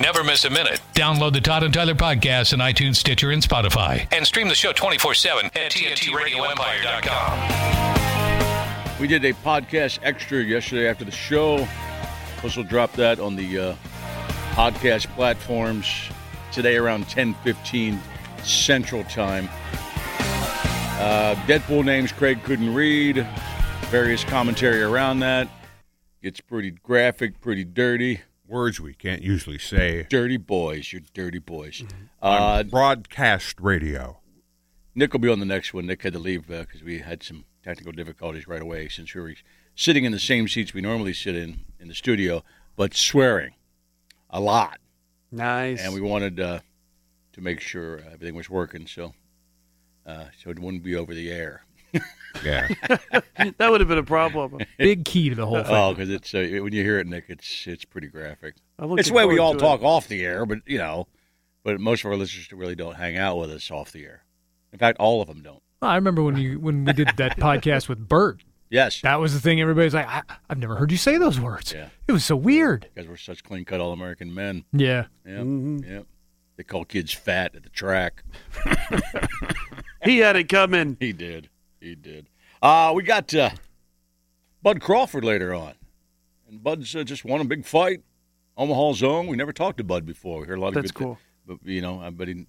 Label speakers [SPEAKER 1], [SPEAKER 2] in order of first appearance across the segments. [SPEAKER 1] Never miss a minute.
[SPEAKER 2] Download the Todd and Tyler podcast on iTunes, Stitcher, and Spotify.
[SPEAKER 1] And stream the show 24 7 at TNTRadioEmpire.com.
[SPEAKER 3] We did a podcast extra yesterday after the show. This will drop that on the uh, podcast platforms today around 10:15 Central Time. Uh, Deadpool names Craig couldn't read. Various commentary around that. It's pretty graphic, pretty dirty.
[SPEAKER 4] Words we can't usually say.
[SPEAKER 3] Dirty boys, you're dirty boys. Uh,
[SPEAKER 4] on broadcast radio.
[SPEAKER 3] Nick will be on the next one. Nick had to leave because we had some technical difficulties right away since we were sitting in the same seats we normally sit in in the studio, but swearing a lot.
[SPEAKER 5] Nice.
[SPEAKER 3] And we wanted uh, to make sure uh, everything was working so uh, so it wouldn't be over the air.
[SPEAKER 4] Yeah.
[SPEAKER 5] that would have been a problem.
[SPEAKER 6] Big key to the whole thing.
[SPEAKER 3] Oh, because it's uh, when you hear it, Nick, it's it's pretty graphic.
[SPEAKER 5] I'm looking
[SPEAKER 3] it's the way we
[SPEAKER 5] forward
[SPEAKER 3] all
[SPEAKER 5] to it.
[SPEAKER 3] talk off the air, but you know, but most of our listeners really don't hang out with us off the air. In fact, all of them don't.
[SPEAKER 6] I remember when you when we did that podcast with Bert.
[SPEAKER 3] Yes,
[SPEAKER 6] That was the thing. Everybody's like, I, I've never heard you say those words.
[SPEAKER 3] Yeah.
[SPEAKER 6] It was so weird.
[SPEAKER 3] because we're such clean-cut all-American men.
[SPEAKER 6] Yeah.
[SPEAKER 3] Yeah,
[SPEAKER 6] Mm-hmm.
[SPEAKER 3] yeah. They call kids fat at the track.
[SPEAKER 5] He had it coming.
[SPEAKER 3] He did. He did. Uh, we got uh, Bud Crawford later on. And Bud's uh, just won a big fight. Omaha Zone. We never talked to Bud before. We heard a lot of
[SPEAKER 5] That's
[SPEAKER 3] good thi-
[SPEAKER 5] cool.
[SPEAKER 3] But, you know, uh, but he,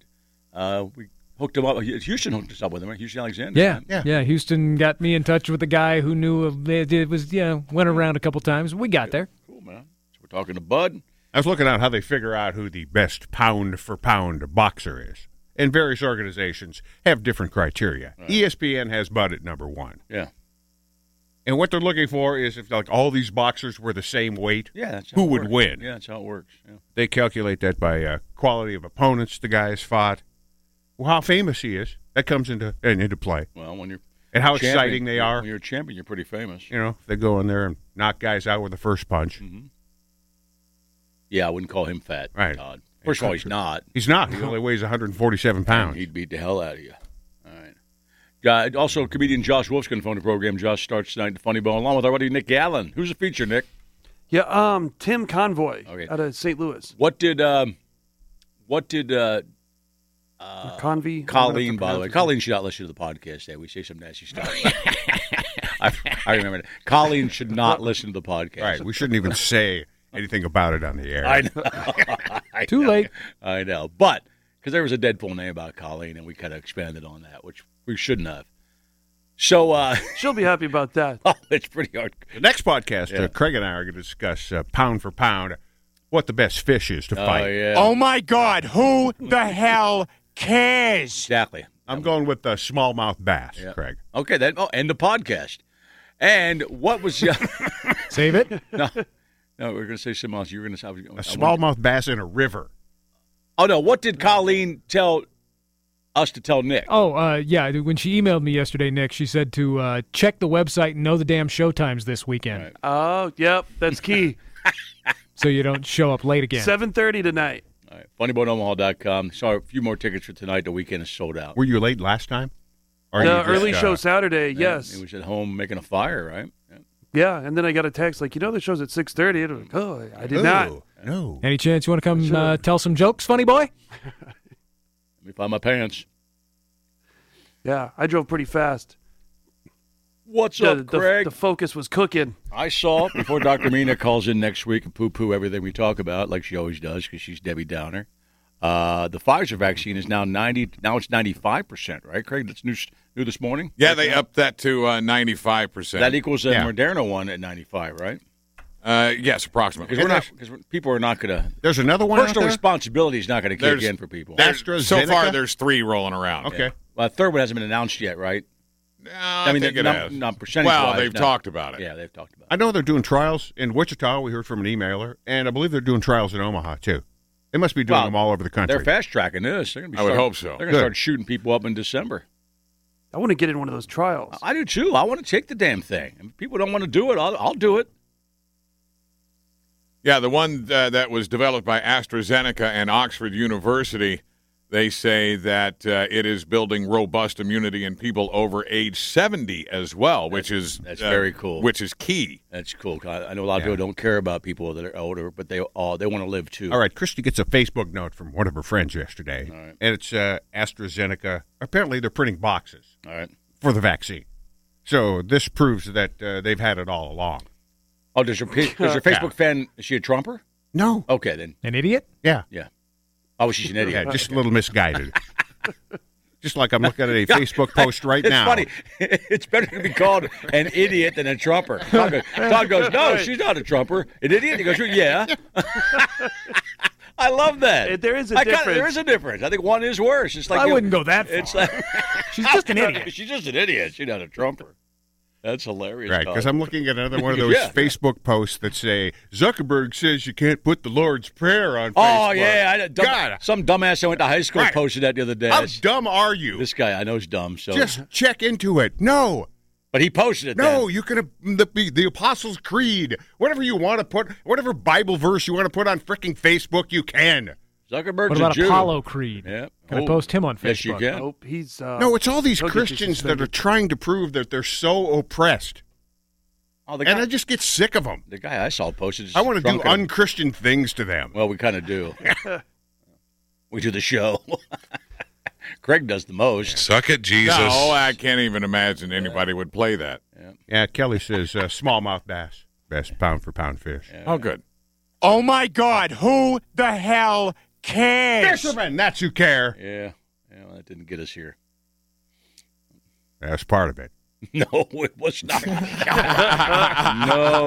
[SPEAKER 3] uh, we hooked him up. Houston hooked us up with him, right? Houston Alexander.
[SPEAKER 6] Yeah.
[SPEAKER 3] right?
[SPEAKER 6] yeah, Houston got me in touch with a guy who knew of- it was yeah went around a couple times. We got there.
[SPEAKER 3] Cool, man. So we're talking to Bud.
[SPEAKER 4] I was looking at how they figure out who the best pound for pound boxer is. And various organizations have different criteria. E ESPN has Bud at number one.
[SPEAKER 3] Yeah.
[SPEAKER 4] And what they're looking for is if like all these boxers were the same weight,
[SPEAKER 3] Yeah. That's how
[SPEAKER 4] who
[SPEAKER 3] it
[SPEAKER 4] would
[SPEAKER 3] works.
[SPEAKER 4] win?
[SPEAKER 3] Yeah, that's how it works. Yeah.
[SPEAKER 4] They calculate that by uh, quality of opponents the guy has fought, well, how famous he is. That comes into and into play,
[SPEAKER 3] Well, when you're
[SPEAKER 4] and how
[SPEAKER 3] champion-
[SPEAKER 4] exciting they are.
[SPEAKER 3] When you're a champion, you're pretty famous. Mm-hmm.
[SPEAKER 4] You know, they go in there and knock guys out with the first punch.
[SPEAKER 3] Yeah, I wouldn't call him fat.
[SPEAKER 4] Right.
[SPEAKER 3] Todd. First of all, he's not.
[SPEAKER 4] He's not. He only weighs 147 pounds.
[SPEAKER 3] He'd beat the hell out of you. All right. Uh, also, comedian Josh Wolf's going to phone the program. Josh starts tonight at the Funny Bone, along with our buddy Nick Allen. Who's the feature, Nick?
[SPEAKER 5] Yeah, um, Tim Convoy
[SPEAKER 3] Okay.
[SPEAKER 5] out of St. Louis.
[SPEAKER 3] What did um, what did uh,
[SPEAKER 5] Or Convy.
[SPEAKER 3] Colleen? By the way,
[SPEAKER 5] I don't know
[SPEAKER 3] Colleen should not listen to the podcast. That we say some nasty stuff. I, I remember that. Colleen should not listen to the podcast.
[SPEAKER 4] Right. We shouldn't even say anything about it on the air.
[SPEAKER 3] I know. I
[SPEAKER 6] Too
[SPEAKER 3] know.
[SPEAKER 6] late.
[SPEAKER 3] I know. But because there was a Deadpool name about Colleen, and we kind of expanded on that, which we shouldn't have. So uh,
[SPEAKER 5] how to pronounce it. She'll be happy about that.
[SPEAKER 3] it's pretty hard.
[SPEAKER 4] The next podcast,
[SPEAKER 3] Yeah.
[SPEAKER 4] uh, Craig and I are going to discuss uh, pound for pound what the best fish is to
[SPEAKER 3] Oh,
[SPEAKER 4] fight.
[SPEAKER 3] yeah.
[SPEAKER 7] Oh my God, who the hell cares?
[SPEAKER 3] Exactly.
[SPEAKER 4] I'm going with uh, smallmouth bass,
[SPEAKER 3] Yeah.
[SPEAKER 4] Craig.
[SPEAKER 3] Okay, then oh, end the podcast. And what was your?
[SPEAKER 6] Save it.
[SPEAKER 3] no, no, we are going to say something else. You were going to say I was- I
[SPEAKER 4] A
[SPEAKER 3] wanted-
[SPEAKER 4] smallmouth bass in a river.
[SPEAKER 3] Oh no, what did Colleen tell us to tell Nick?
[SPEAKER 6] Oh uh, yeah, when she emailed me yesterday, Nick, she said to uh, check the website and know the damn show times this weekend,
[SPEAKER 3] Right.
[SPEAKER 5] Oh, yep, that's key.
[SPEAKER 6] so you don't show up late again.
[SPEAKER 5] Seven thirty tonight.
[SPEAKER 3] All right, funnyboneomaha.com. Sorry, a few more tickets for tonight. The weekend is sold out.
[SPEAKER 4] Were you late last time? Or you
[SPEAKER 5] the
[SPEAKER 4] just,
[SPEAKER 5] early
[SPEAKER 4] uh,
[SPEAKER 5] show Saturday.
[SPEAKER 3] Yeah,
[SPEAKER 5] yes.
[SPEAKER 3] it was at home making a fire, right? Yeah.
[SPEAKER 5] yeah, and then I got a text like, you know, the show's at six thirty. And I was like, oh, I did
[SPEAKER 4] no,
[SPEAKER 5] not.
[SPEAKER 4] No.
[SPEAKER 6] Any chance you want to come uh, tell some jokes, funny boy?
[SPEAKER 3] Let me find my pants.
[SPEAKER 5] Yeah, I drove pretty fast.
[SPEAKER 3] What's
[SPEAKER 5] The,
[SPEAKER 3] up,
[SPEAKER 5] the-
[SPEAKER 3] Craig?
[SPEAKER 5] the focus was cooking.
[SPEAKER 3] I saw before Dr. Mina calls in next week and poo poo everything we talk about, like she always does, because she's Debbie Downer. Uh, the Pfizer vaccine is now ninety. Now it's ninety five percent, right, Craig? That's new, new this morning.
[SPEAKER 8] Yeah, they upped that to uh, 95%.
[SPEAKER 3] That equals the
[SPEAKER 4] Yeah.
[SPEAKER 3] Moderna one at ninety five, right?
[SPEAKER 8] uh, yes, approximately.
[SPEAKER 3] Because we're not because people are not going to
[SPEAKER 4] There's another one out
[SPEAKER 3] personal
[SPEAKER 4] there?
[SPEAKER 3] responsibility is not going to kick
[SPEAKER 8] There's-
[SPEAKER 3] in for people.
[SPEAKER 4] that-
[SPEAKER 8] There's- so far,
[SPEAKER 4] AstraZeneca?
[SPEAKER 8] there's three rolling around.
[SPEAKER 4] Okay.
[SPEAKER 3] Well, the third one hasn't been announced yet, right?
[SPEAKER 8] No,
[SPEAKER 3] I
[SPEAKER 8] I,
[SPEAKER 3] mean,
[SPEAKER 8] think
[SPEAKER 3] the
[SPEAKER 8] it
[SPEAKER 3] num-
[SPEAKER 8] has.
[SPEAKER 3] num- percentage
[SPEAKER 8] well,
[SPEAKER 3] wise,
[SPEAKER 8] they've
[SPEAKER 3] no.
[SPEAKER 8] talked about it.
[SPEAKER 3] Yeah, they've talked about.
[SPEAKER 4] I know they're doing trials in Wichita. We heard from an emailer, and I believe they're doing trials in Omaha, too. They must be doing
[SPEAKER 3] Well,
[SPEAKER 4] them all over the
[SPEAKER 3] it. They're
[SPEAKER 4] country.
[SPEAKER 3] fast tracking this. They're gonna be
[SPEAKER 8] I would
[SPEAKER 3] start-
[SPEAKER 8] hope so.
[SPEAKER 3] They're going to
[SPEAKER 4] Good.
[SPEAKER 3] start shooting people up in December.
[SPEAKER 5] I want to get in one of those trials.
[SPEAKER 3] I do too. I want to take the damn thing. If people don't want to do it, I'll, I'll do it.
[SPEAKER 8] Yeah, the one uh, that was developed by AstraZeneca and Oxford University, They say that uh, it is building robust immunity in people over age 70 as well, which is
[SPEAKER 3] that's
[SPEAKER 8] uh,
[SPEAKER 3] very cool.
[SPEAKER 8] Which is key.
[SPEAKER 3] That's cool. I, I know a lot of people don't care about people that are older, but they all they want to live too.
[SPEAKER 4] All right, Christy gets a Facebook note from one of her friends yesterday, and it's uh, AstraZeneca. Apparently, they're printing boxes
[SPEAKER 3] All right.
[SPEAKER 4] for the vaccine, so this proves that uh, they've had it all along.
[SPEAKER 3] Oh, does your pa- does your Facebook fan is she a Trumper?
[SPEAKER 4] No,
[SPEAKER 3] Okay, then.
[SPEAKER 6] An idiot?
[SPEAKER 4] yeah,
[SPEAKER 3] Oh, she's an
[SPEAKER 4] yeah,
[SPEAKER 3] idiot.
[SPEAKER 4] just a little misguided. just like I'm looking at a Facebook post right
[SPEAKER 3] it's
[SPEAKER 4] now.
[SPEAKER 3] funny. It's better to be called an idiot than a Trumper. Todd goes, Todd goes no, she's not a Trumper. An idiot? He goes, yeah. I love that.
[SPEAKER 5] Eh, there is a
[SPEAKER 3] I kinda- there
[SPEAKER 5] difference.
[SPEAKER 3] is a difference. I think one is worse. It's like
[SPEAKER 6] I
[SPEAKER 3] you-
[SPEAKER 6] wouldn't go that far.
[SPEAKER 3] It's like
[SPEAKER 6] She's just an idiot.
[SPEAKER 3] she's just an idiot. She's not a Trumper. That's hilarious.
[SPEAKER 4] Right, because
[SPEAKER 3] Todd.
[SPEAKER 4] I'm looking at another one of those
[SPEAKER 3] Yeah.
[SPEAKER 4] Facebook posts that say Zuckerberg says you can't put the Lord's Prayer on.
[SPEAKER 3] Oh
[SPEAKER 4] Facebook.
[SPEAKER 3] yeah, I, dumb,
[SPEAKER 4] God,
[SPEAKER 3] some dumbass I went to high school
[SPEAKER 4] Right.
[SPEAKER 3] posted that the other day.
[SPEAKER 4] how
[SPEAKER 3] That's-
[SPEAKER 4] dumb are you?
[SPEAKER 3] This guy I know is dumb, so
[SPEAKER 4] Just check into it. No,
[SPEAKER 3] but he posted it.
[SPEAKER 4] no,
[SPEAKER 3] then.
[SPEAKER 4] you can the, the Apostles' Creed, whatever you want to put, whatever Bible verse you want to put on freaking Facebook, you can.
[SPEAKER 3] Zuckerberg's
[SPEAKER 6] What about
[SPEAKER 3] a Jew.
[SPEAKER 6] Apollo Creed?
[SPEAKER 3] Yeah.
[SPEAKER 6] Can I
[SPEAKER 3] Oh,
[SPEAKER 6] post him on Facebook? Oh.
[SPEAKER 3] Yes, you
[SPEAKER 5] I
[SPEAKER 3] can.
[SPEAKER 5] hope he's. Uh,
[SPEAKER 4] No, it's all these
[SPEAKER 5] Don't get you
[SPEAKER 4] Christians that
[SPEAKER 5] suspended.
[SPEAKER 4] are trying to prove that they're so oppressed,
[SPEAKER 3] Oh, the guy,
[SPEAKER 4] and I just get sick of them.
[SPEAKER 3] the guy I saw posted. is
[SPEAKER 4] I want to do
[SPEAKER 3] drunk and-
[SPEAKER 4] unchristian things to them.
[SPEAKER 3] Well, we kind of do. we do the show. Craig does the most.
[SPEAKER 1] Suck it, Jesus.
[SPEAKER 8] No, I can't even imagine anybody would play that.
[SPEAKER 4] Yeah, Kelly says uh, smallmouth bass, best pound for pound fish.
[SPEAKER 8] Oh, good.
[SPEAKER 7] Oh my God, who the hell cares?
[SPEAKER 4] Fishermen, that's who care.
[SPEAKER 3] Yeah. Yeah, well, that didn't get us here.
[SPEAKER 4] That's part of it.
[SPEAKER 3] No, it was not. no,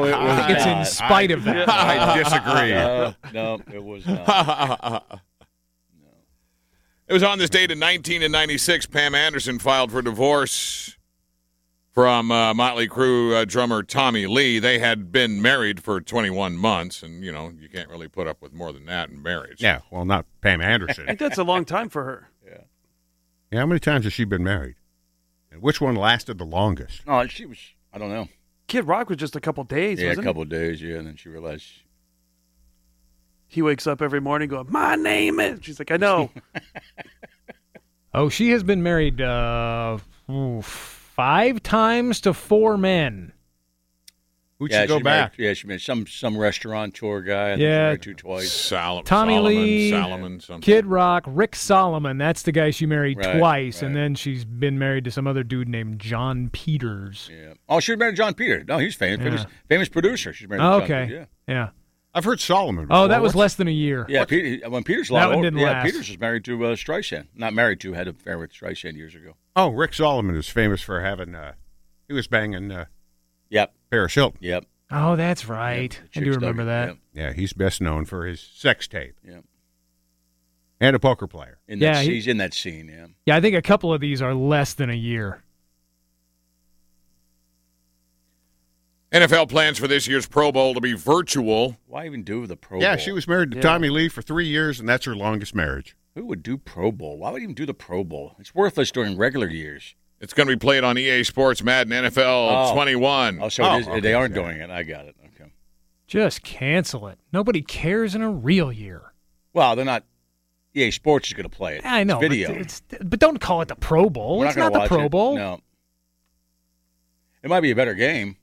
[SPEAKER 3] it was not.
[SPEAKER 6] It's in spite of that.
[SPEAKER 4] I disagree.
[SPEAKER 3] No, no, it was not.
[SPEAKER 8] It was on this date in 1996, Pam Anderson filed for divorce from uh, Motley Crue uh, drummer Tommy Lee. They had been married for 21 months, and, you know, you can't really put up with more than that in marriage.
[SPEAKER 4] yeah, well, not Pam
[SPEAKER 5] I think
[SPEAKER 4] Anderson.
[SPEAKER 5] that's a long time for her.
[SPEAKER 4] yeah, how many times has she been married? And which one lasted the longest?
[SPEAKER 3] No, she was. I don't know.
[SPEAKER 5] Kid Rock was just a couple days,
[SPEAKER 3] Yeah, a
[SPEAKER 5] wasn't
[SPEAKER 3] couple of days. Yeah, and then she realized.
[SPEAKER 5] he? He wakes up every morning going, "My name is." She's like, "I know."
[SPEAKER 6] Oh, she has been married uh, ooh, five times to four men.
[SPEAKER 4] Who'd
[SPEAKER 3] yeah,
[SPEAKER 4] she go
[SPEAKER 3] she married-
[SPEAKER 4] back?
[SPEAKER 3] yeah, she met some some restaurateur guy. And
[SPEAKER 6] Yeah.
[SPEAKER 3] yeah, married two twice.
[SPEAKER 8] Sol-
[SPEAKER 6] Tommy
[SPEAKER 8] Solomon,
[SPEAKER 6] Lee,
[SPEAKER 8] Solomon, something.
[SPEAKER 6] Kid Rock, Rick Solomon. That's the guy she married
[SPEAKER 3] Right,
[SPEAKER 6] twice, and
[SPEAKER 3] right.
[SPEAKER 6] then she's been married to some other dude named John Peters.
[SPEAKER 3] Yeah. Oh, she was married to John Peter. No, he's famous. Famous, famous producer. She's married. To John
[SPEAKER 6] okay.
[SPEAKER 3] Peter.
[SPEAKER 6] yeah.
[SPEAKER 4] I've heard Solomon.
[SPEAKER 6] Oh,
[SPEAKER 4] before.
[SPEAKER 6] that was
[SPEAKER 4] What's-
[SPEAKER 6] less than a year.
[SPEAKER 3] Yeah. Yeah. Peter, when Peter's
[SPEAKER 6] That
[SPEAKER 3] lot
[SPEAKER 6] one
[SPEAKER 3] older-
[SPEAKER 6] didn't
[SPEAKER 3] yeah,
[SPEAKER 6] last.
[SPEAKER 3] Peter's was married to uh, Streisand. Not married to, had an affair with Streisand years ago.
[SPEAKER 4] Oh, Rick Solomon is famous for having. Uh, he was banging uh,
[SPEAKER 3] Yep.
[SPEAKER 4] Paris Hilton.
[SPEAKER 3] Yep.
[SPEAKER 6] Oh, that's right.
[SPEAKER 3] The
[SPEAKER 6] I do
[SPEAKER 3] chick's
[SPEAKER 6] remember
[SPEAKER 3] dug it.
[SPEAKER 6] that.
[SPEAKER 3] Yep.
[SPEAKER 4] Yeah, he's best known for his sex tape.
[SPEAKER 3] Yeah.
[SPEAKER 4] And a poker player.
[SPEAKER 3] In that,
[SPEAKER 6] Yeah, he-
[SPEAKER 3] he's in that scene. Yeah.
[SPEAKER 6] Yeah, I think a couple of these are less than a year.
[SPEAKER 8] NFL plans for this year's Pro Bowl to be virtual.
[SPEAKER 3] Why even do the Pro
[SPEAKER 4] yeah,
[SPEAKER 3] Bowl?
[SPEAKER 4] she was married to
[SPEAKER 5] Yeah.
[SPEAKER 4] Tommy Lee for three years, and that's her longest marriage.
[SPEAKER 3] Who would do Pro Bowl? Why would even do the Pro Bowl? It's worthless during regular years.
[SPEAKER 8] It's going to be played on EA Sports Madden NFL
[SPEAKER 3] Oh.
[SPEAKER 8] 21.
[SPEAKER 3] Oh, so
[SPEAKER 4] Oh,
[SPEAKER 3] it is,
[SPEAKER 4] okay,
[SPEAKER 3] they aren't
[SPEAKER 4] yeah.
[SPEAKER 3] doing it. I got it. Okay.
[SPEAKER 6] Just cancel it. Nobody cares in a real year.
[SPEAKER 3] Well, they're not. EA Sports is going to play it.
[SPEAKER 6] I know,
[SPEAKER 3] It's video.
[SPEAKER 6] But, it's, but don't call it the Pro Bowl.
[SPEAKER 3] We're
[SPEAKER 6] it's
[SPEAKER 3] gonna
[SPEAKER 6] not the
[SPEAKER 3] watch
[SPEAKER 6] Pro
[SPEAKER 3] it.
[SPEAKER 6] Bowl.
[SPEAKER 3] No. It might be a better game.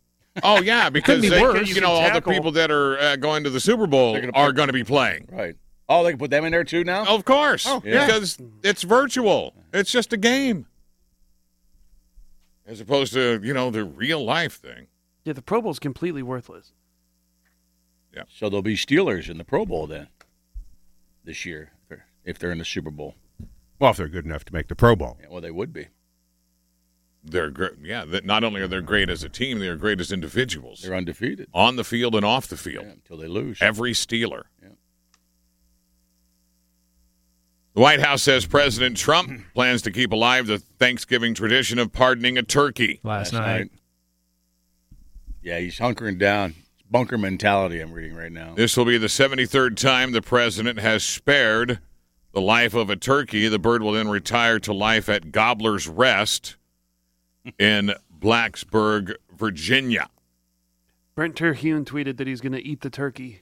[SPEAKER 8] Oh yeah, because
[SPEAKER 6] be
[SPEAKER 8] they can-
[SPEAKER 6] worse.
[SPEAKER 8] you know all the
[SPEAKER 5] Tackle.
[SPEAKER 8] people that are uh, going to the Super Bowl
[SPEAKER 3] They're gonna
[SPEAKER 8] are
[SPEAKER 3] play-
[SPEAKER 8] going to be playing.
[SPEAKER 3] Right. Oh, they can put them in there too now?
[SPEAKER 8] Of course,
[SPEAKER 4] Oh,
[SPEAKER 3] yeah.
[SPEAKER 8] because it's virtual. It's just a game, as opposed to you know the real life thing.
[SPEAKER 5] yeah, the Pro Bowl's completely worthless.
[SPEAKER 3] So there'll be Steelers in the Pro Bowl then this year if they're- if they're in the Super Bowl.
[SPEAKER 4] Well, if they're good enough to make the Pro Bowl.
[SPEAKER 3] Yeah, well, they would be.
[SPEAKER 8] They're gr- yeah. That not only are they great as a team, they are great as individuals
[SPEAKER 3] They're undefeated
[SPEAKER 8] on the field and off the
[SPEAKER 3] yeah,
[SPEAKER 8] field.
[SPEAKER 3] until they lose.
[SPEAKER 8] Every Steeler.
[SPEAKER 3] Yeah.
[SPEAKER 8] The White House says President Trump plans to keep alive the Thanksgiving tradition of pardoning a turkey.
[SPEAKER 6] Last,
[SPEAKER 3] Last
[SPEAKER 6] night.
[SPEAKER 3] Yeah, he's hunkering down. It's bunker mentality I'm reading right now.
[SPEAKER 8] This will be the 73rd time the president has spared the life of a turkey. The bird will then retire to life at Gobbler's Rest in Blacksburg, Virginia.
[SPEAKER 5] Brent Terhune tweeted that he's going to eat the turkey.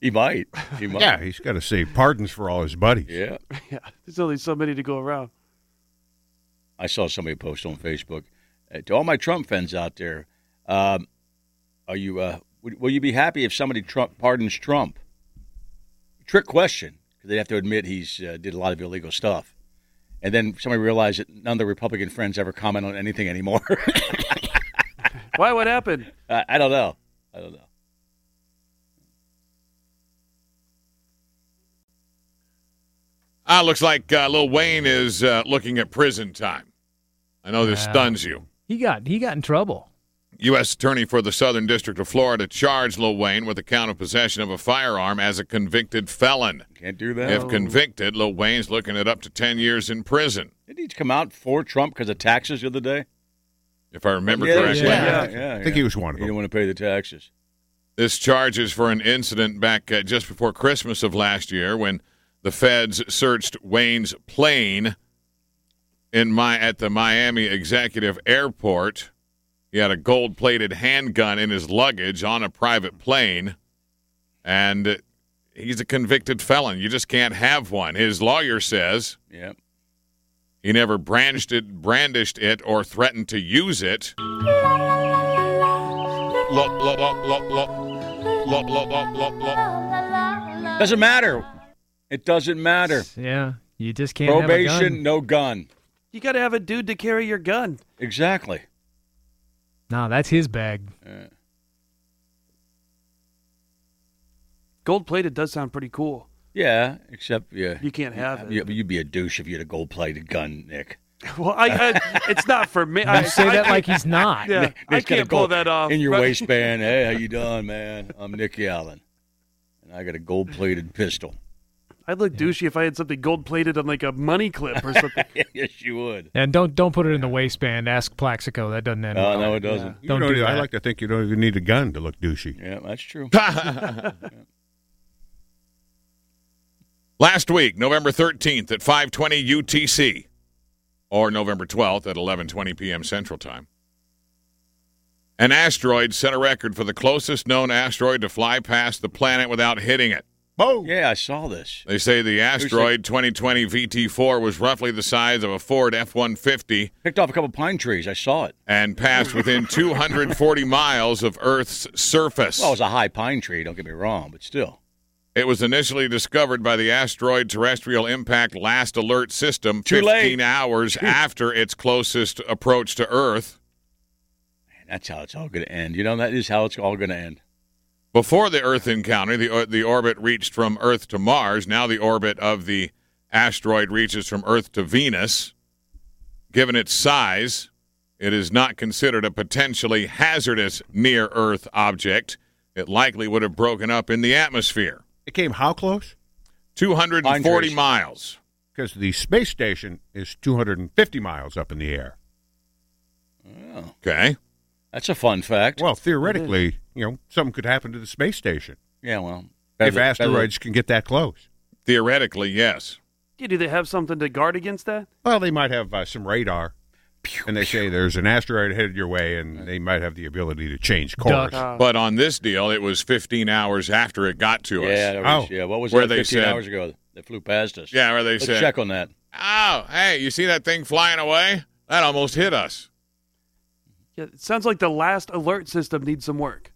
[SPEAKER 3] He might. He might.
[SPEAKER 4] Yeah, he's got to save pardons for all his buddies.
[SPEAKER 3] Yeah.
[SPEAKER 5] Yeah, there's only so many to go around.
[SPEAKER 3] I saw somebody post on Facebook uh, to all my Trump fans out there. Um, are you? Uh, would, will you be happy if somebody Trump pardons Trump? Trick question because they have to admit he's uh, did a lot of illegal stuff, and then somebody realized that none of the Republican friends ever comment on anything anymore.
[SPEAKER 5] Why? What happened?
[SPEAKER 3] I, I don't know. I don't know.
[SPEAKER 8] Ah, looks like uh, Lil Wayne is uh, looking at prison time. I know this
[SPEAKER 6] Wow.
[SPEAKER 8] stuns you.
[SPEAKER 6] He got he got in trouble.
[SPEAKER 8] U.S. Attorney for the Southern District of Florida charged Lil Wayne with the count of possession of a firearm as a convicted felon.
[SPEAKER 3] Can't do that.
[SPEAKER 8] If convicted, Lil Wayne's looking at up to 10 years in prison,
[SPEAKER 3] Didn't he come out for Trump because of taxes the other day?
[SPEAKER 8] if I remember correctly.
[SPEAKER 3] yeah, yeah,
[SPEAKER 4] I think he was one of
[SPEAKER 3] He didn't
[SPEAKER 4] them.
[SPEAKER 3] want to pay the taxes.
[SPEAKER 8] This charge is for an incident back uh, just before Christmas of last year when the feds searched Wayne's plane in my at the Miami Executive Airport. He had a gold-plated handgun in his luggage on a private plane, and he's a convicted felon. You just can't have one. His lawyer says
[SPEAKER 3] Yeah.
[SPEAKER 8] he never brandished it, brandished it, or threatened to use it. Lop, lop, lop, lop, lop. Lop, lop, lop, lop, lop.
[SPEAKER 3] Doesn't matter. It doesn't matter.
[SPEAKER 6] Yeah, you just can't Have a
[SPEAKER 3] Probation,
[SPEAKER 6] gun.
[SPEAKER 3] no gun.
[SPEAKER 5] You got to have a dude to carry your gun.
[SPEAKER 3] Exactly.
[SPEAKER 6] No, that's his bag.
[SPEAKER 5] Gold plated does sound pretty cool.
[SPEAKER 3] Yeah, except yeah.
[SPEAKER 5] You can't have
[SPEAKER 3] Yeah,
[SPEAKER 5] it.
[SPEAKER 3] but you'd be a douche if you had a gold plated gun, Nick.
[SPEAKER 5] Well, I, I it's not for me. I
[SPEAKER 6] You say
[SPEAKER 5] I-
[SPEAKER 6] that like he's not.
[SPEAKER 5] yeah,
[SPEAKER 3] Nick's
[SPEAKER 5] I
[SPEAKER 3] got a
[SPEAKER 5] can't pull
[SPEAKER 3] gold
[SPEAKER 5] that off.
[SPEAKER 3] In your
[SPEAKER 5] Right.
[SPEAKER 3] waistband. Hey, how you doing, man? I'm Nicky Allen. And I got a gold plated pistol.
[SPEAKER 5] I'd look douchey if I had something gold plated on like a money clip or something.
[SPEAKER 3] yes, you would.
[SPEAKER 6] And don't don't put it in the waistband. Ask Plaxico. That doesn't end.
[SPEAKER 3] Oh, Uh, No,
[SPEAKER 6] well.
[SPEAKER 3] no, it doesn't.
[SPEAKER 4] You
[SPEAKER 6] Don't
[SPEAKER 4] don't
[SPEAKER 6] do
[SPEAKER 4] even- I
[SPEAKER 6] that.
[SPEAKER 4] like to think you don't even need a gun to look douchey.
[SPEAKER 3] Yeah, that's true.
[SPEAKER 8] Last week, November 13th at 5:20 UTC or November 12th at 11:20 p.m. Central Time. An asteroid set a record for the closest known asteroid to fly past the planet without hitting it.
[SPEAKER 4] Boom.
[SPEAKER 3] Yeah, I saw this.
[SPEAKER 8] They say the asteroid 2020 VT4 was roughly the size of a Ford F150
[SPEAKER 3] Picked off a couple pine trees. I saw it.
[SPEAKER 8] and passed within 240 miles of Earth's surface.
[SPEAKER 3] Well, it was a high pine tree, don't get me wrong, but still.
[SPEAKER 8] It was initially discovered by the Asteroid Terrestrial Impact Last Alert System
[SPEAKER 3] Too
[SPEAKER 8] 15
[SPEAKER 3] late.
[SPEAKER 8] hours after its closest approach to Earth.
[SPEAKER 3] Man, that's how it's all going to end. You know, that is how it's all going to end.
[SPEAKER 8] Before the Earth encounter, the, or- the orbit reached from Earth to Mars. Now the orbit of the asteroid reaches from Earth to Venus. Given its size, it is not considered a potentially hazardous near Earth object. It likely would have broken up in the atmosphere.
[SPEAKER 4] It came how close?
[SPEAKER 8] 240
[SPEAKER 3] Andres.
[SPEAKER 8] miles.
[SPEAKER 4] Because the space station is 250 miles up in the air.
[SPEAKER 3] Oh,
[SPEAKER 8] Okay.
[SPEAKER 3] that's a fun fact.
[SPEAKER 4] Well, theoretically, you know, something could happen to the space station
[SPEAKER 3] yeah, well.
[SPEAKER 4] if asteroids can get that close.
[SPEAKER 8] Theoretically, yes.
[SPEAKER 5] Yeah, do they have something to guard against that?
[SPEAKER 4] Well, they might have uh, some radar, and they say there's an asteroid headed your way, and they might have the ability to change course.
[SPEAKER 6] Duck.
[SPEAKER 5] Uh,
[SPEAKER 8] But on this deal, it was 15 hours after it got to
[SPEAKER 3] Yeah,
[SPEAKER 8] us.
[SPEAKER 3] there was-
[SPEAKER 4] Oh.
[SPEAKER 3] yeah. What was
[SPEAKER 8] Where
[SPEAKER 3] that
[SPEAKER 8] they
[SPEAKER 3] 15
[SPEAKER 8] said-
[SPEAKER 3] hours ago that flew past us?
[SPEAKER 8] Yeah, where they
[SPEAKER 3] Let's
[SPEAKER 8] said,
[SPEAKER 3] check on that.
[SPEAKER 8] "Oh, hey, you see that thing flying away? That almost hit us."
[SPEAKER 5] yeah, it sounds like the last alert system needs some work.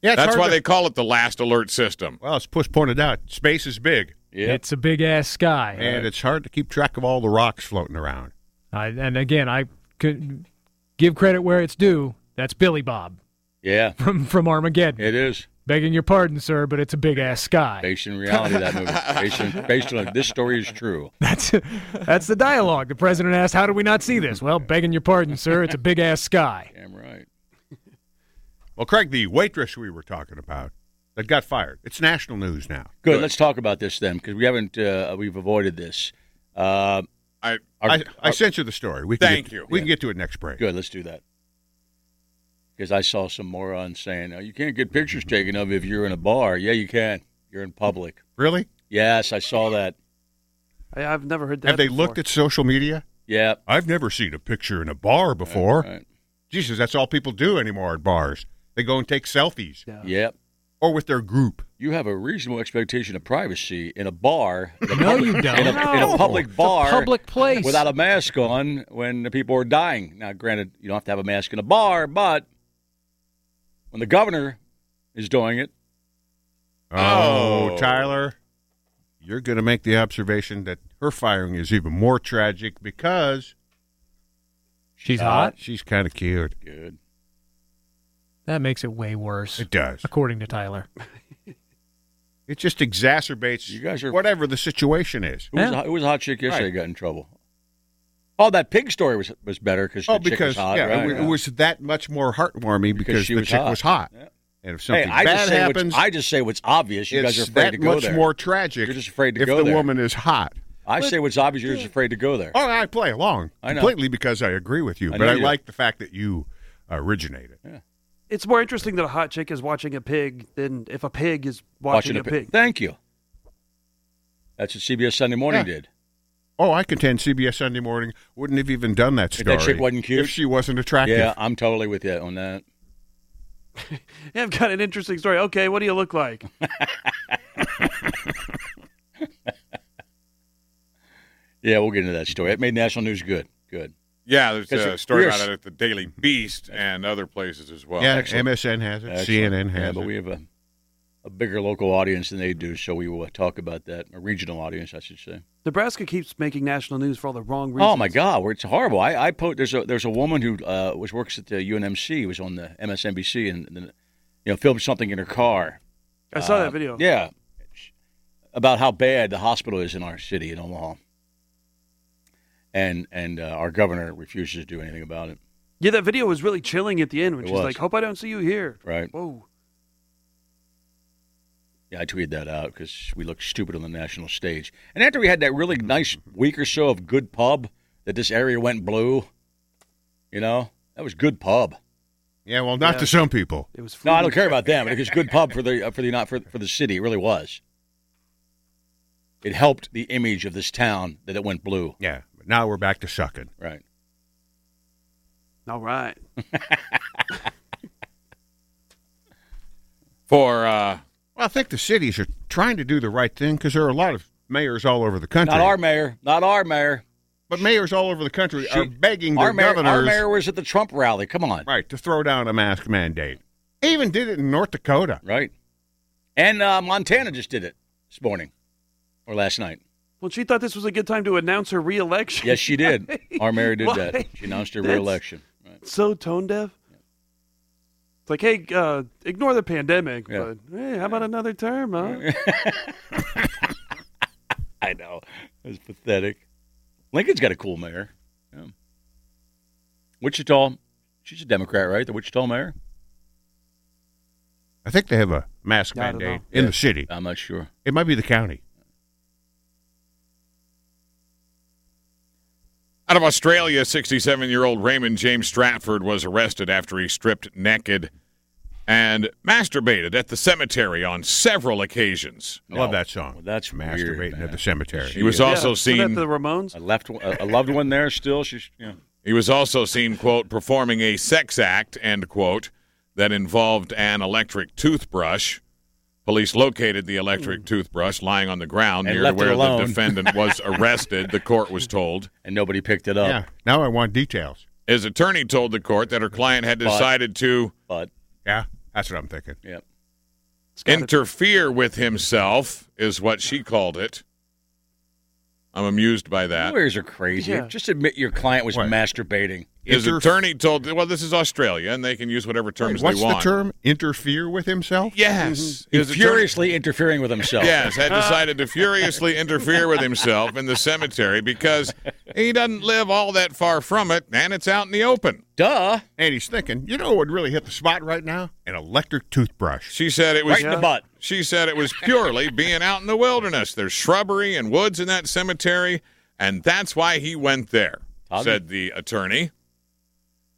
[SPEAKER 4] Yeah, it's
[SPEAKER 8] That's
[SPEAKER 4] hard
[SPEAKER 8] why
[SPEAKER 4] to-
[SPEAKER 8] they call it the last alert system.
[SPEAKER 4] Well, as Push pointed out, space is big,
[SPEAKER 3] Yeah.
[SPEAKER 6] It's a big ass sky.
[SPEAKER 4] and it's hard to keep track of all the rocks floating around.
[SPEAKER 6] I, and again, I could give credit where it's due. That's Billy Bob
[SPEAKER 3] yeah,
[SPEAKER 6] from from Armageddon.
[SPEAKER 3] it is.
[SPEAKER 6] Begging your pardon, sir, but it's a big ass sky.
[SPEAKER 3] Based in reality, that movie. Based, in, based on this story is true.
[SPEAKER 6] That's that's the dialogue. The president asked, "How did we not see this?" Well, begging your pardon, sir, it's a big ass sky.
[SPEAKER 3] Damn right.
[SPEAKER 4] Well, Craig, the waitress we were talking about that got fired, it's national news now.
[SPEAKER 3] Good.
[SPEAKER 8] Good.
[SPEAKER 3] Let's talk about this then, because we haven't. Uh, we've avoided this. Uh,
[SPEAKER 8] I
[SPEAKER 3] our-
[SPEAKER 4] I, I
[SPEAKER 3] our-
[SPEAKER 4] sent you the story. We can
[SPEAKER 8] Thank
[SPEAKER 4] get,
[SPEAKER 8] you.
[SPEAKER 4] We can get to it next break.
[SPEAKER 3] Good. Let's do that. Because I saw some morons saying, oh, "You can't get pictures taken of if you're in a bar." Yeah, you can. You're in public.
[SPEAKER 4] Really?
[SPEAKER 3] Yes, I saw that.
[SPEAKER 5] I, I've never heard that.
[SPEAKER 4] Have they
[SPEAKER 5] before.
[SPEAKER 4] looked at social media?
[SPEAKER 3] Yeah.
[SPEAKER 4] I've never seen a picture in a bar before.
[SPEAKER 3] Right.
[SPEAKER 4] Jesus, that's all people do anymore at bars. They go and take selfies
[SPEAKER 5] Yeah.
[SPEAKER 3] Yep.
[SPEAKER 4] or with their group.
[SPEAKER 3] You have a reasonable expectation of privacy in a bar. in a
[SPEAKER 6] No,
[SPEAKER 3] public-
[SPEAKER 6] you don't.
[SPEAKER 3] In a, in a
[SPEAKER 6] No.
[SPEAKER 3] public
[SPEAKER 6] It's a
[SPEAKER 3] bar,
[SPEAKER 6] public place.
[SPEAKER 3] without a mask on, when the people are dying. Now, granted, you don't have to have a mask in a bar, but when the governor is doing it,
[SPEAKER 4] Oh,
[SPEAKER 8] Oh.
[SPEAKER 4] Tyler, you're going to make the observation that her firing is even more tragic because
[SPEAKER 6] She's
[SPEAKER 3] Uh,
[SPEAKER 6] hot.
[SPEAKER 4] she's kind of cute.
[SPEAKER 3] good.
[SPEAKER 6] That makes it way worse,
[SPEAKER 4] It does.
[SPEAKER 6] according to Tyler.
[SPEAKER 4] It just exacerbates
[SPEAKER 3] You guys are-
[SPEAKER 4] whatever the situation is.
[SPEAKER 3] Who was,
[SPEAKER 6] Yeah.
[SPEAKER 3] a, who was a hot chick yesterday that got in trouble? Oh, that pig story was was better because
[SPEAKER 4] Oh,
[SPEAKER 3] the chick was
[SPEAKER 4] because
[SPEAKER 3] hot,
[SPEAKER 4] yeah,
[SPEAKER 3] right?
[SPEAKER 4] it, wa- it was that much more heartwarming because,
[SPEAKER 3] she
[SPEAKER 4] the
[SPEAKER 3] was
[SPEAKER 4] chick
[SPEAKER 3] hot.
[SPEAKER 4] was hot.
[SPEAKER 3] Yeah.
[SPEAKER 4] And if
[SPEAKER 3] Hey,
[SPEAKER 4] something
[SPEAKER 3] I just
[SPEAKER 4] bad
[SPEAKER 3] say
[SPEAKER 4] happens,
[SPEAKER 3] what's, I just say what's obvious. You
[SPEAKER 4] it's
[SPEAKER 3] guys are afraid
[SPEAKER 4] that
[SPEAKER 3] to go
[SPEAKER 4] much
[SPEAKER 3] there.
[SPEAKER 4] more tragic.
[SPEAKER 3] You're just afraid to
[SPEAKER 4] if
[SPEAKER 3] go
[SPEAKER 4] the
[SPEAKER 3] there.
[SPEAKER 4] woman is hot.
[SPEAKER 3] I say what's obvious. You're just afraid to go there.
[SPEAKER 4] Oh, I play along
[SPEAKER 3] I know.
[SPEAKER 4] completely because I agree with
[SPEAKER 3] I
[SPEAKER 4] you, but
[SPEAKER 3] know
[SPEAKER 4] I
[SPEAKER 3] you do.
[SPEAKER 4] like the fact that you originated.
[SPEAKER 5] It's more interesting that a hot chick is watching a pig than if a pig is watching, a
[SPEAKER 3] pi-
[SPEAKER 5] pig.
[SPEAKER 3] Thank you. That's what CBS Sunday Morning
[SPEAKER 4] Yeah.
[SPEAKER 3] did.
[SPEAKER 4] Oh, I contend CBS Sunday Morning wouldn't have even done that
[SPEAKER 3] If
[SPEAKER 4] story
[SPEAKER 3] that chick wasn't cute?
[SPEAKER 4] if she wasn't attractive.
[SPEAKER 3] Yeah, I'm totally with you on that.
[SPEAKER 5] Yeah, I've got an interesting story. Okay, what do you look like?
[SPEAKER 3] Yeah, we'll get into that story. It made national news. Good, good.
[SPEAKER 8] Yeah, there's
[SPEAKER 3] 'Cause
[SPEAKER 8] a
[SPEAKER 3] it-
[SPEAKER 8] story
[SPEAKER 3] we're
[SPEAKER 8] about
[SPEAKER 3] s-
[SPEAKER 8] it at the Daily Beast and other places as well.
[SPEAKER 4] yeah
[SPEAKER 3] excellent.
[SPEAKER 4] MSN has it,
[SPEAKER 3] Excellent.
[SPEAKER 4] CNN
[SPEAKER 3] Yeah,
[SPEAKER 4] has
[SPEAKER 3] but
[SPEAKER 4] it.
[SPEAKER 3] we have a a bigger local audience than they do, so we will talk about that. A regional audience, I should say.
[SPEAKER 5] Nebraska keeps making national news for all the wrong reasons.
[SPEAKER 3] Oh my God, it's horrible. I, I po- there's a there's a woman who uh, was works at the UNMC, was on the MSNBC, and, and you know filmed something in her car.
[SPEAKER 5] I saw
[SPEAKER 3] Uh,
[SPEAKER 5] that video.
[SPEAKER 3] Yeah, about how bad the hospital is in our city in Omaha, and and uh, our governor refuses to do anything about it.
[SPEAKER 5] Yeah, that video was really chilling at the end when
[SPEAKER 3] It
[SPEAKER 5] she's
[SPEAKER 3] was.
[SPEAKER 5] like, "Hope I don't see you here."
[SPEAKER 3] Right?
[SPEAKER 5] Whoa.
[SPEAKER 3] Yeah, I tweeted that out because we looked stupid on the national stage. And after we had that really nice week or so of good pub, that this area went blue. You know, that was good pub.
[SPEAKER 4] Yeah, well, not
[SPEAKER 5] Yeah.
[SPEAKER 4] to some people.
[SPEAKER 5] It was.
[SPEAKER 3] No, I don't
[SPEAKER 5] foolish.
[SPEAKER 3] care about them. It was good pub for the uh, for the not for, for the city. It really was. It helped the image of this town that it went blue.
[SPEAKER 4] Yeah, but now we're back to sucking.
[SPEAKER 3] Right.
[SPEAKER 5] All right.
[SPEAKER 8] For uh,
[SPEAKER 4] Well, I think the cities are trying to do the right thing because there are a lot of mayors all over the country.
[SPEAKER 3] Not our mayor. Not our mayor.
[SPEAKER 4] but mayors all over the country are
[SPEAKER 3] She-
[SPEAKER 4] begging their
[SPEAKER 3] Our mayor,
[SPEAKER 4] governors
[SPEAKER 3] our mayor was at the Trump rally. Come on.
[SPEAKER 4] right to throw down a mask mandate. They even did it in North Dakota.
[SPEAKER 3] Right. And uh, Montana just did it this morning or last night.
[SPEAKER 5] Well, she thought this was a good time to announce her reelection.
[SPEAKER 3] Yes, she did. Our mayor did that.
[SPEAKER 5] Why?
[SPEAKER 3] She announced her
[SPEAKER 5] That's
[SPEAKER 3] reelection. Right.
[SPEAKER 5] So tone deaf. It's like, hey, uh, ignore the pandemic,
[SPEAKER 3] Yeah.
[SPEAKER 5] but hey, how about another term, huh?
[SPEAKER 3] I know. It was pathetic. Lincoln's got a cool mayor. Yeah. Wichita, she's a Democrat, right? The Wichita mayor?
[SPEAKER 4] I think they have a mask
[SPEAKER 5] I don't
[SPEAKER 4] mandate
[SPEAKER 5] know.
[SPEAKER 4] in
[SPEAKER 3] Yeah.
[SPEAKER 4] the city.
[SPEAKER 3] I'm not sure.
[SPEAKER 4] It might be the county.
[SPEAKER 8] Out of Australia, 67 year old Raymond James Stratford was arrested after he stripped naked and masturbated at the cemetery on several occasions.
[SPEAKER 4] I love
[SPEAKER 3] No.
[SPEAKER 4] that song.
[SPEAKER 3] Oh, Well, that's
[SPEAKER 4] masturbating
[SPEAKER 3] weird, man.
[SPEAKER 4] at the cemetery.
[SPEAKER 8] He was
[SPEAKER 5] Yeah,
[SPEAKER 8] also
[SPEAKER 5] wasn't that
[SPEAKER 8] seen
[SPEAKER 5] the Ramones.
[SPEAKER 3] I left one- a a loved one there still. She's you know,
[SPEAKER 8] he was also seen quote performing a sex act end quote that involved an electric toothbrush. Police located the electric toothbrush lying on the ground
[SPEAKER 3] Hmm. And
[SPEAKER 8] near
[SPEAKER 3] left it
[SPEAKER 8] where the
[SPEAKER 3] alone.
[SPEAKER 8] defendant was arrested, the court was told.
[SPEAKER 3] and nobody picked it up.
[SPEAKER 4] yeah. Now I want details.
[SPEAKER 8] His attorney told the court that her client had
[SPEAKER 3] But-
[SPEAKER 8] decided to
[SPEAKER 3] But
[SPEAKER 4] Yeah, that's what I'm thinking.
[SPEAKER 3] yeah.
[SPEAKER 5] It's gotta-
[SPEAKER 8] interfere with himself is what she called it. I'm amused by that.
[SPEAKER 3] Lawyers are crazy.
[SPEAKER 5] Yeah.
[SPEAKER 3] Just admit your client was
[SPEAKER 4] What?
[SPEAKER 3] masturbating.
[SPEAKER 8] His
[SPEAKER 4] Interf-
[SPEAKER 8] attorney told, "Well, this is Australia, and they can use whatever terms
[SPEAKER 4] Wait, what's
[SPEAKER 8] they
[SPEAKER 4] the
[SPEAKER 8] want."
[SPEAKER 4] term? Interfere with himself? Mm-hmm.
[SPEAKER 8] Yes,
[SPEAKER 3] He
[SPEAKER 8] his attorney-
[SPEAKER 3] furiously interfering with himself.
[SPEAKER 8] Yes, had decided to furiously interfere with himself in the cemetery because he doesn't live all that far from it, and it's out in the open.
[SPEAKER 3] Duh.
[SPEAKER 4] And he's thinking, you know what would really hit the spot right now? An electric toothbrush.
[SPEAKER 8] She said it was.
[SPEAKER 3] Right in the butt.
[SPEAKER 8] She said it was purely being out in the wilderness. There's shrubbery and woods in that cemetery, and that's why he went there,
[SPEAKER 3] Tommy?
[SPEAKER 8] said the attorney.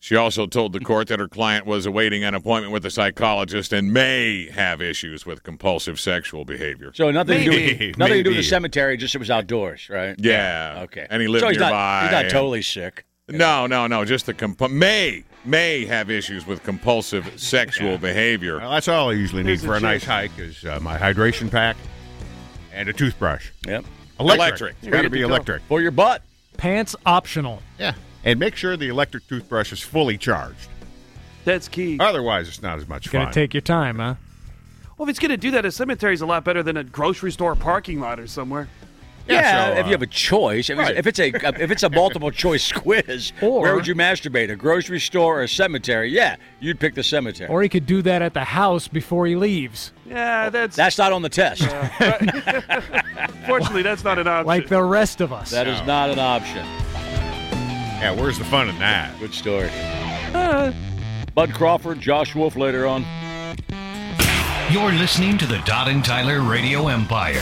[SPEAKER 8] She also told the court that her client was awaiting an appointment with a psychologist and may have issues with compulsive sexual behavior.
[SPEAKER 3] So nothing to do
[SPEAKER 4] Maybe.
[SPEAKER 3] with, nothing to do with
[SPEAKER 4] Maybe.
[SPEAKER 3] the cemetery. Just it was outdoors, right?
[SPEAKER 8] Yeah.
[SPEAKER 3] Okay.
[SPEAKER 8] And he lived
[SPEAKER 3] so he's
[SPEAKER 8] nearby.
[SPEAKER 3] Not, he's not
[SPEAKER 8] and-
[SPEAKER 3] totally sick.
[SPEAKER 8] No, no, no. Just the comp- may may have issues with compulsive sexual behavior.
[SPEAKER 4] Well, that's all I usually need
[SPEAKER 5] Here's
[SPEAKER 4] for
[SPEAKER 5] the
[SPEAKER 4] a nice
[SPEAKER 5] gist.
[SPEAKER 4] hike is uh, my hydration pack and a toothbrush.
[SPEAKER 3] Yep.
[SPEAKER 8] Electric.
[SPEAKER 4] It's got to
[SPEAKER 5] Ready
[SPEAKER 4] be
[SPEAKER 5] to go.
[SPEAKER 4] electric.
[SPEAKER 3] For your butt.
[SPEAKER 6] Pants optional.
[SPEAKER 4] Yeah. And make sure the electric toothbrush is fully charged.
[SPEAKER 5] That's key.
[SPEAKER 4] Otherwise, it's not as much
[SPEAKER 6] Gonna
[SPEAKER 4] fun.
[SPEAKER 6] take your time, huh?
[SPEAKER 5] Well, if it's going to do that, a cemetery's a lot better than a grocery store parking lot or somewhere.
[SPEAKER 3] Yeah,
[SPEAKER 4] so,
[SPEAKER 3] if you have a choice, if, it's, if it's a if it's a multiple choice quiz, where
[SPEAKER 6] Or-
[SPEAKER 3] would you masturbate? A grocery store or a cemetery? Yeah, you'd pick the cemetery.
[SPEAKER 6] Or he could do that at the house before he leaves,
[SPEAKER 5] Yeah, that's,
[SPEAKER 3] That's not on the test.
[SPEAKER 5] fortunately that's not an option.
[SPEAKER 6] like the rest of us.
[SPEAKER 3] That is not an option.
[SPEAKER 4] yeah, where's the fun in that?
[SPEAKER 3] Good story.
[SPEAKER 6] Uh,
[SPEAKER 3] Bud Crawford, Josh Wolf later on.
[SPEAKER 2] You're listening to the Todd and Tyler Radio Empire.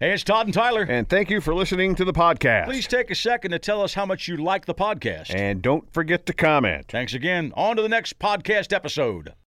[SPEAKER 3] Hey, it's Todd and Tyler.
[SPEAKER 9] And thank you for listening to the podcast.
[SPEAKER 3] Please take a second to tell us how much you like the podcast.
[SPEAKER 9] And don't forget to comment.
[SPEAKER 3] Thanks again. On to the next podcast episode.